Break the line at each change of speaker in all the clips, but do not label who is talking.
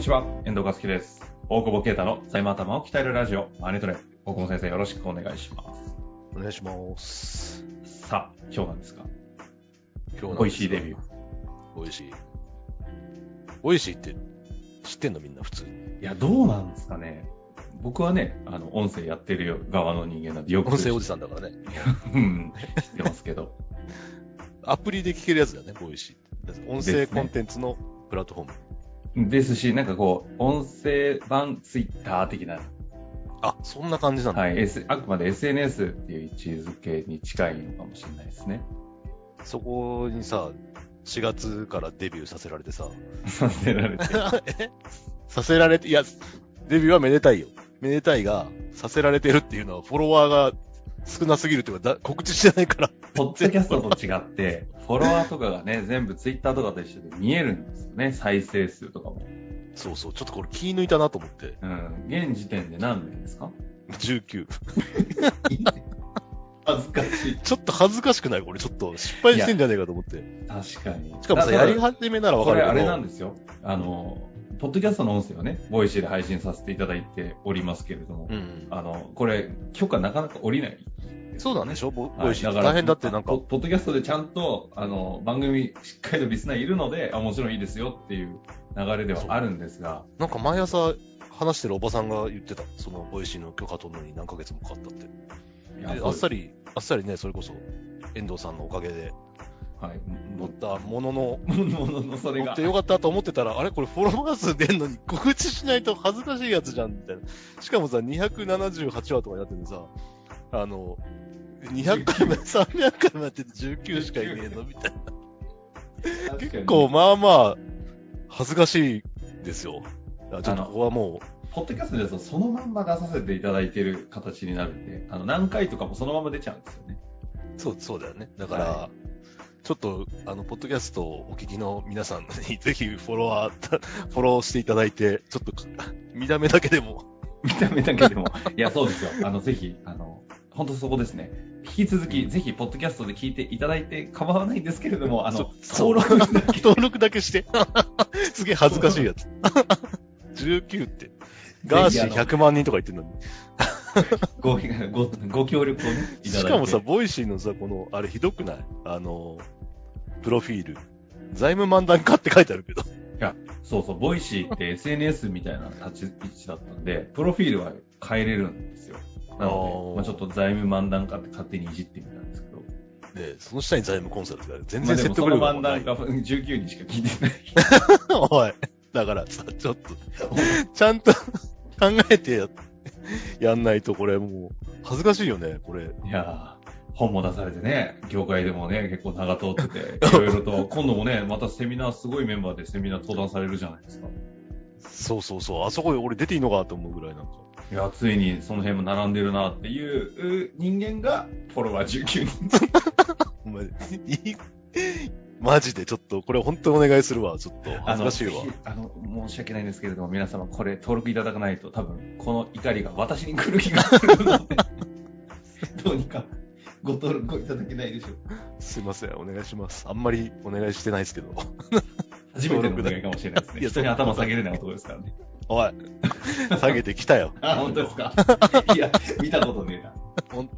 ちは、遠藤和樹です。大久保啓太の財務頭を鍛えるラジオ、マネトレ。大久保先生、よろしくお願いしま
お願いします。
す。さあ、今日なんですが、
今
美味しいデビュー
ー。。美味しい。美味しいって知ってんのみんな普通。
いや、どうなんですかね。僕はね、あの、音声やってる側の人間なんで、よく
音声 お
知
じさんだからね。
うん知ってますけど。
アプリで聞けるやつだよね、美味しいって。音声
ですね
コンテンツのプラットフォーム。
ですし、なんかこう、音声版ツイッター的な、
あ、そんな感じなんだ。
はい、S、あくまで SNS っていう位置づけに近いのかもしれないですね。
そこにさ、4月からデビューさせられてさ、
させられて。
えさせられて、いや、デビューはめでたいよ。めでたいが、させられてるっていうのはフォロワーが少なすぎるっていうか、だ告知してないから。
ポッドキャストと違って、フォロワーとかがね、全部ツイッターとかと一緒で見えるんですよね、再生数とかも。
そうそう、ちょっとこれ気抜いたなと思って。
うん。現時点で何名ですか
19。
恥ずかしい。
ちょっと恥ずかしくない俺ちょっと失敗してんじゃねえかと思って。
確かに。
しかもさ、
だ
や
ら
り始めならわ
こ
か
れ
るけど。
あれなんですよ。あの、ポッドキャストの音声をね、ボイシーで配信させていただいておりますけれども、
うん。
あの、これ、許可なかなか下りない。
そうなんでしょ
は
ボ
い
ボイシー。
だから
大変だってなんか
ポ、ポッドキャストでちゃんと、あの、番組、しっかりとリスナーいるので、あ、もちろんいいですよっていう流れではあるんですが、
なんか毎朝話してるおばさんが言ってた。そのボイシーの許可取るのに何ヶ月もかかったって。
い
で
や
あっさり、あっさりね、それこそ、遠藤さんのおかげで
はい。
乗ったものの、
もののそれ
乗
が
って。よかったと思ってたら、あれこれフォロワー数出んのに告知しないと恥ずかしいやつじゃん、みたいな。しかもさ、278話とかになっててさ、あの、200回目、300回 目やってて19しかいねえの、みたいな。結構、、まあまあ、恥ずかしいですよ。あちょっとここはも
ポッドキャストでそのまんま出させていただいてる形になるんで、あの、何回とかもそのまま出ちゃうんですよね。
う、そう、そうだよね。だから、
は
ちょっと、あの、ポッドキャストをお聞きの皆さんに、ぜひフォロワー、フォローしていただいて、ちょっと、見た目だけでも、
見た目だけで も。いや、そうですよ。あの、ぜひ、あの、本当そこですね。引き続き、ぜひ、ポッドキャストで聞いていただいて構わないんですけれども、あの、
そう
登録だけ。
登録だけして。 すげえ恥ずかしいやつ。19って。ガーシー
ぜひあの
100万人とか言ってんのに。
ご、 ご、ご協力をね、いただいて。
しかもさ、、ボイシーのさ、この、あれひどくないあの、プロフィール。財務漫談家って書いてあるけど。
そうそう、ボイシーって SNS みたいな立ち位置だったんで、プロフィールは変えれるんですよ。なの
おー
で、まあ、ちょっと財務漫談家って勝手にいじってみたんですけど、
ねその下に財務コンサルって書いてある全
まあ、
然
で
説
もその
得力が
漫
な
談
い。
家19人しか 聞いてない。
おい。だからさ、ちょっと、ちゃんと 考えてや、やんないとこれもう、恥ずかしいよね、こ
い
れ。
やー本も出されてね、業界でもね、結構長通って て、いろいろと、今度もね、またセミナー、すごいメンバーでセミナー登壇されるじゃないですか。
そうそうそう、あそこで俺出ていいのかと思うぐらいなんか。
いや、ついにその辺も並んでるなっていうう人間が、フォロワー19人。
お前、いい、 マジでちょっと、これ本当にお願いするわ、ちょっと。恥ずかしいわ
ぜ。ひ あの、申し訳ないんですけれども、皆様、これ登録いただかないと、多分、この怒りが私に来る日が来るの で、どうにかご登録いただけないでしょうか。
すいません、お願いします。あんまりお願いしてないです けど。
初めてのお願いかもしれないですね。
いや
人に頭下げれない男です からね。
おい、下げてきたよ。
あ、本当ですか。いや、見たことねえな。
本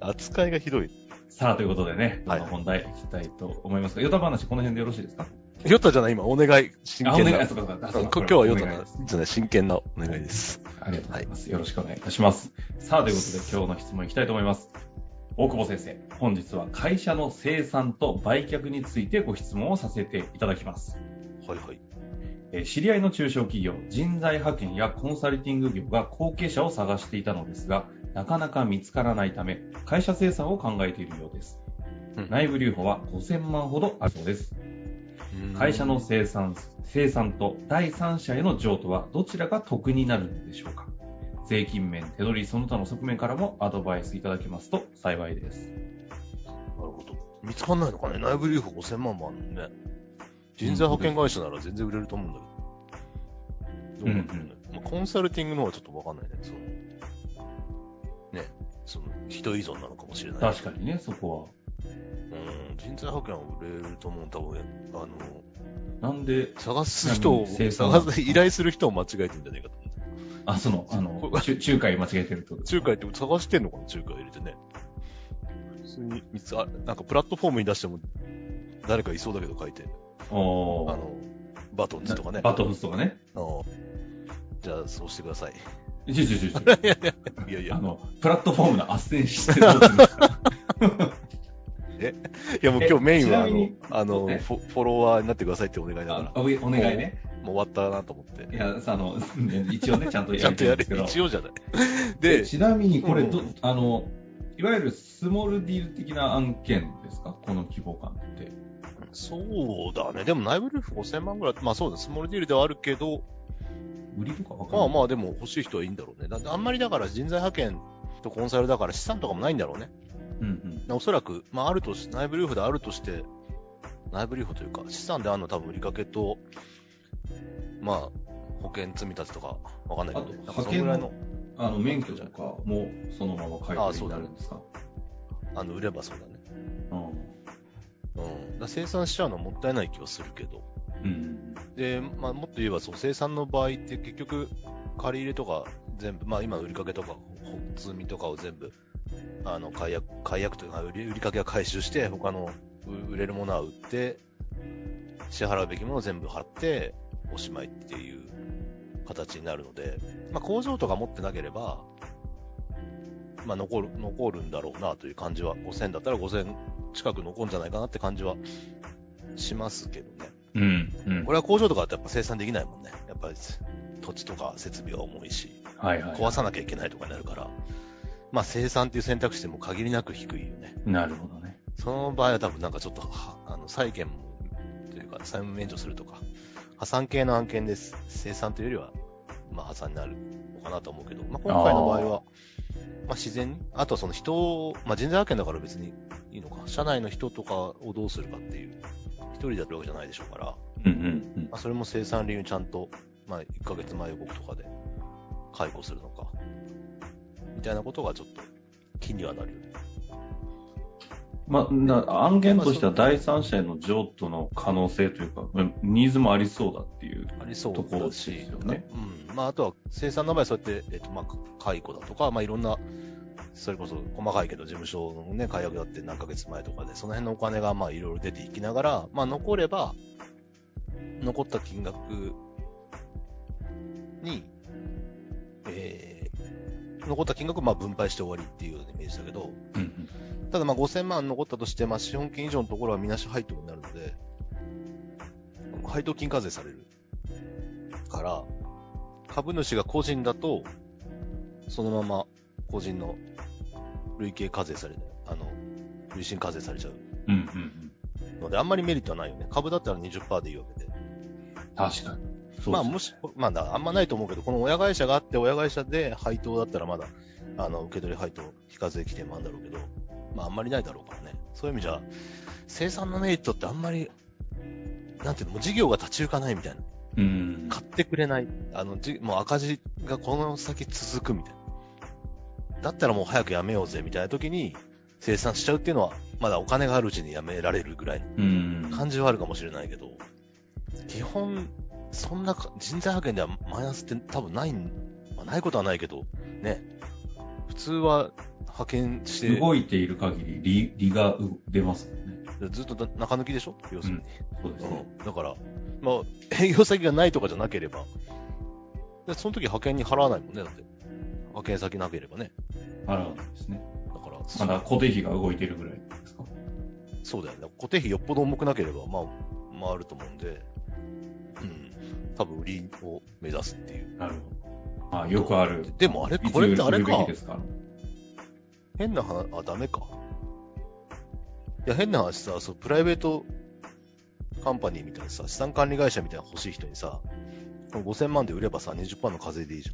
当扱いがひどい。
さあ、ということでね、
は
あ
い
の本題いきたいと思いますが、ヨタ話、この辺でよろしいですか
ヨタじゃない、今、お願い、真
あ、お
剣
願
な。
い、そうかそうか。あそう
今
か
日はヨタ
お願い
じゃない、真剣なお願いです。
ありがとうございます。よろしくお願いいたします。さあ、ということで今日の質問いきたいと思います。大久保先生、本日は会社の生産と売却についてご質問をさせていただきます。
はいはい。
えー知り合いの中小企業、人材派遣やコンサルティング業が後継者を探していたのですが、なかなか見つからないため、会社生産を考えているようです。
うん
内部留保は5000万ほどあるそうです。会社の生産生産と第三者への譲渡はどちらが得になるのでしょうか税金面、手取り、その他の側面からもアドバイスいただけますと幸いです。
なるほど。見つかんないのかね内部留保5000万もあるのね。人材派遣会社なら全然売れると思うんだけど。どうなんだろうねまあ、コンサルティングの方はちょっとわかんないね。その、ね、その、人依存なのかもしれない。
確かにね、そこは。
うん。も人材派遣は売れると思うんだ、多分あの、
なんで、
探す人
ちな
を、
みに生産
探す、依頼する人を間違えてんじゃねえかと思って。
あ、その、あの、仲仲介間違えてるってことです
仲
か
介って探してんのかな仲介入れてね。普通に見つ、あ、なんかプラットフォームに出しても、誰かいそうだけど書いて。あ
おー
の、バトンズとかね。
バトフスとか ね。
あのじゃあ、そうしてください。
ちょちょちょちょ
いやい
あ
や、
の、プラットフォームの斡旋してどうするんですか
いやもう今日メインは、あ
えちなみに
の、あの
そうね
フォフォロワーになってくださいってお願いだから、
あ
も
おお願いね。
う終わったなと思って
い。や、さあの、 一応ね、ちゃんと
ちゃんと
る
や
んで
れ
すけど。
一応じゃない。
で、
で、
ちなみにこれど、
うん
あの、いわゆるスモールディール的な案件ですかこの規模感って。
そうだね。でも内部ルーフ5000万ぐらい、まあそうだ、スモールディールではあるけど、
売りとかわかん
ま
な
あ
い。
まあでも欲しい人はいいんだろうね。だってあんまりだから人材派遣とコンサルだから資産とかもないんだろうね。
うんうん。
おそらく、まああるとし、内部留保であるとして、内部留保というか、資産であるのは多分売りかけと、まあ、保険積み立てとか、わかんないけど、ね、
あと
なんかそのぐらいの、
あの、免許とかもそのまま買い取りになるんですか
あの、売ればそうだね。
うん。
うん。だから生産しちゃうのはもったいない気はするけど。
うん。
で、まあ、もっと言えば、そう、生産の場合って結局、借り入れとか全部、まあ今売りかけとか、ほ積みとかを全部、あの、解約、解約というか、売り売りかけは回収して、他のう売れるものは売って、支払うべきものを全部払って、おしまいっていう形になるので、まあ工場とか持ってなければ、まあ残る、残るんだろうなという感じは、5000だったら5000近く残るんじゃないかなって感じはしますけどね。
うん。うん。
これは工場とかだとやっぱ生産できないもんね。やっぱり土地とか設備は重いし、
はいはい。
壊さなきゃいけないとかになるから、まあ生産っていう選択肢でも限りなく低いよね。
なるほどね。
その場合は多分なんかちょっとは、あの、債権も、というか債務免除するとか、破産系の案件です。生産というよりは、まあ破産になるのかなと思うけど、まあ今回の場合は、まあ自然に、あとはその人を、まあ人材派遣だから別にいいのか、社内の人とかをどうするかっていう、一人でやるわけじゃないでしょうから、
うんうん
まあ、それも生産理由ちゃんと、まあ、1ヶ月前予告とかで解雇するのか、みたいなことがちょっと気にはなるよね。
うん。まあ、な案件としては第三者への譲渡の可能性というか、うんニーズもありそうだっていう。
ありそう
ところ
だ
です
し、
よね
うん。まあ、あとは生産の場合はそうやって、えっと、まあ、解雇だとか、まあ、いろんな、それこそ細かいけど、事務所のね、解約だって何ヶ月前とかで、その辺のお金が、まあ、いろいろ出ていきながら、まあ、残れば、残った金額に、えー、残った金額をまあ分配して終わりっていうようなイメージだけど、
うんうん。
ただまあ5000万残ったとして、まあ資本金以上のところはみなし配当になるので、配当金課税される。から、株主が個人だと、そのまま個人の累計課税される。あの、累進課税されちゃう
うんうん
ので、あんまりメリットはないよね。株だったら20%でいいわけで。
うん。確かに。そう
まあ、
です
もし、まあな、あんまないと思うけど、この親会社があって、親会社で配当だったらまだ、あの、受け取り配当、非課税規定もあるんだろうけど、まあ、あんまりないだろうからね。そういう意味じゃ、生産のメリットってあんまり、なんていうの、もう事業が立ち行かないみたいな。
うん。
買ってくれない。あの、じもう赤字がこの先続くみたいな。だったらもう早くやめようぜ、みたいな時に、生産しちゃうっていうのは、まだお金があるうちにやめられるぐらいの
うん。
感じはあるかもしれないけど、基本、そんなか人材派遣ではマイナスって多分ないん、まあないことはないけど、ね。普通は派遣して、
動いている限り、利、利がう出ますもんね。
ずっとだ中抜きでしょ要するに。
そうですね。
うんだから、まあ、営業先がないとかじゃなければ、でその時派遣に払わないもんね、だって。派遣先なければね。
あらですね。
だから、
まだ固定費が動いてるぐらいですか。
そうだよね。固定費よっぽど重くなければ、まあ、回ると思うんで、うん。多分、売りを目指すっていう。
なるほど。あよくある。
でもあれこれってあれか
いつ売るべきですか
変な話、あ、ダメか。いや、変な話さ、そう、プライベートカンパニーみたいなさ、資産管理会社みたいなの欲しい人にさ、5000万で売ればさ、20%の課税でいいじ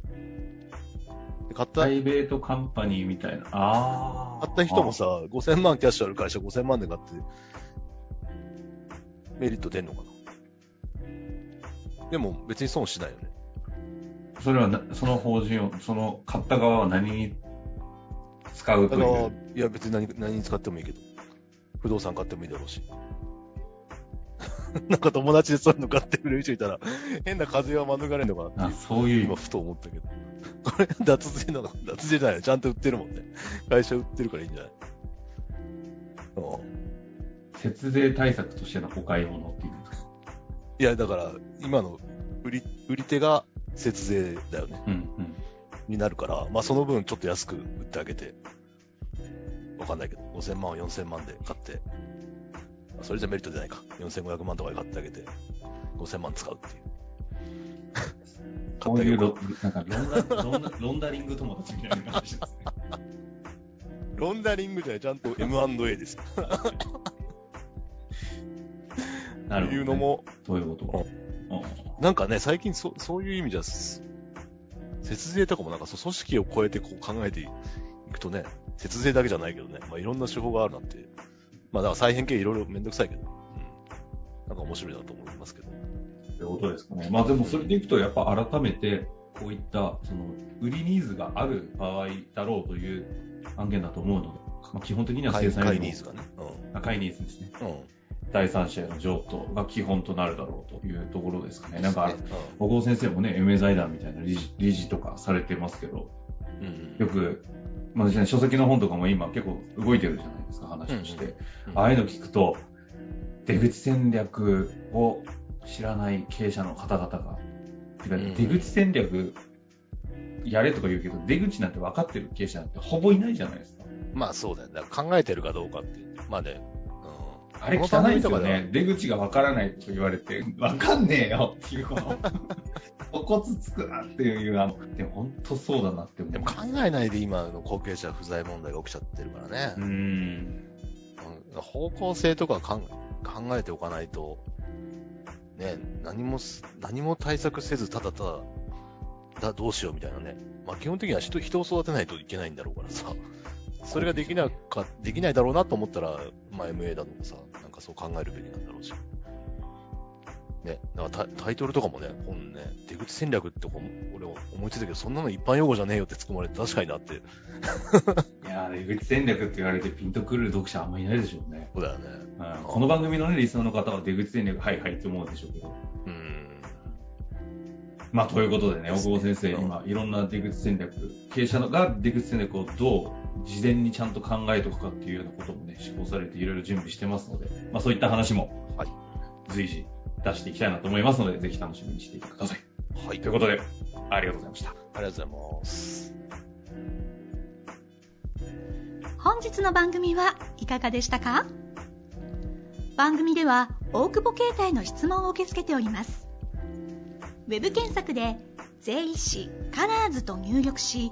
ゃん。で買った、
プラ
買
イベートカンパニーみたいな。ああ。
った人もさ、5000万キャッシュある会社5000万で買って、メリット出んのかな。でも別に損しないよね。
あ。それはな、その法人を、その買った側は何に使う
だ
と
か
い
ら
う。、
いや別に何何に使ってもいいけど。不動産買ってもいいだろうし。 なんか友達でそういうの買ってくれる人いたら、変な風は免れんのかな
あ
って。
そういう意
今
味
ふと思ったけど。これ、脱税なの脱税じゃないのちゃんと売ってるもんね。会社売ってるからいいんじゃないうん。
節税対策としてのお買い物っていうか
いや、だから、今の売り、売り手が節税だよね。
うんうん
になるから、まあその分ちょっと安く売ってあげて、わかんないけど、5000万を4000万で買って、あそれじゃメリット出ないか。4500万とかで買ってあげて、5000万使うっていう。買
こ
っ
う
てあげ
いうロ
よか
なんかロンダロンダロンダリング友達みたいな話ですね。
ロンダリングじゃない、ちゃんと M&A です。
なるほど、ね。
いうのも、
どういうことか。うん
なんかね、最近そそういう意味じゃ、す節税とかもなんかそう組織を超えてこう考えていくとね、節税だけじゃないけどね、まあいろんな手法があるなって。まあだから再編系いろいろめんどくさいけど、うん。なんか面白いなと思いますけど。
ってことですかね。まあでもそれでいくと、やっぱ改めて、こういった、その、売りニーズがある場合だろうという案件だと思うので、まあ、基本的には
買
生
い
産
買い
よりも
ニーズがね。
あ買いニーズですね。
うん。うん。
第三者への譲渡が基本となるだろうというところですかね。なんか、
ね
小郷先生もね、MA 財団みたいな理事理事とかされてますけど、
うん。
よく、まあですね、書籍の本とかも今結構動いてるじゃないですか、話として。
うん
ああいうの聞くと、出口戦略を知らない経営者の方々が、てか
うん
出口戦略やれとか言うけど、出口なんて分かってる経営者なんてほぼいないじゃないですか。
まあそうだよね。だから考えてるかどうかっていう。まあね。うん。
あれ
この
汚
番
いで
組
すよ
では
ね。出口が分からないと言われて、分かんねえよっていう、この、お骨つくなっていう、あの、でも本当そうだなって思
で
う
も。考えないで今の後継者不在問題が起きちゃってるからね。
うーん。
うん方向性とかかん考えておかないと、ね、何もす、何も対策せず、ただただ、だどうしようみたいなね。まあ基本的には人人を育てないといけないんだろうからさ。それができなか、できないだろうなと思ったら、まあ MA だとかさ、なんかそう考えるべきなんだろうし。ね、だからタタイトルとかもね、本ね、出口戦略ってこう俺思いついたけど、そんなの一般用語じゃねえよって突っ込まれて確かになって、
いやー、出口戦略って言われてピンとくる読者あんまりいないでしょうね。
そうだよね。
うんこの番組のね、リスナーの方は出口戦略、はいはいって思うでしょうけど。
うん。
まあ、ということでね、
で
大
す
久
ね
保先生、
うん
今、いろんな出口戦略、経営者が出口戦略をどう事前にちゃんと考えておくかっていうようなこともね、施行されていろいろ準備してますので、まあ、そういった話も
はい。
随時出していきたいなと思いますので、ぜひ楽しみにしていてください。
はい。
ということで、ありがとうございました。
ありがとうございます。
本日の番組はいかがでしたか番組では大久保携帯の質問を受け付けておりますウェブ検索で「税理士カラーズと入力し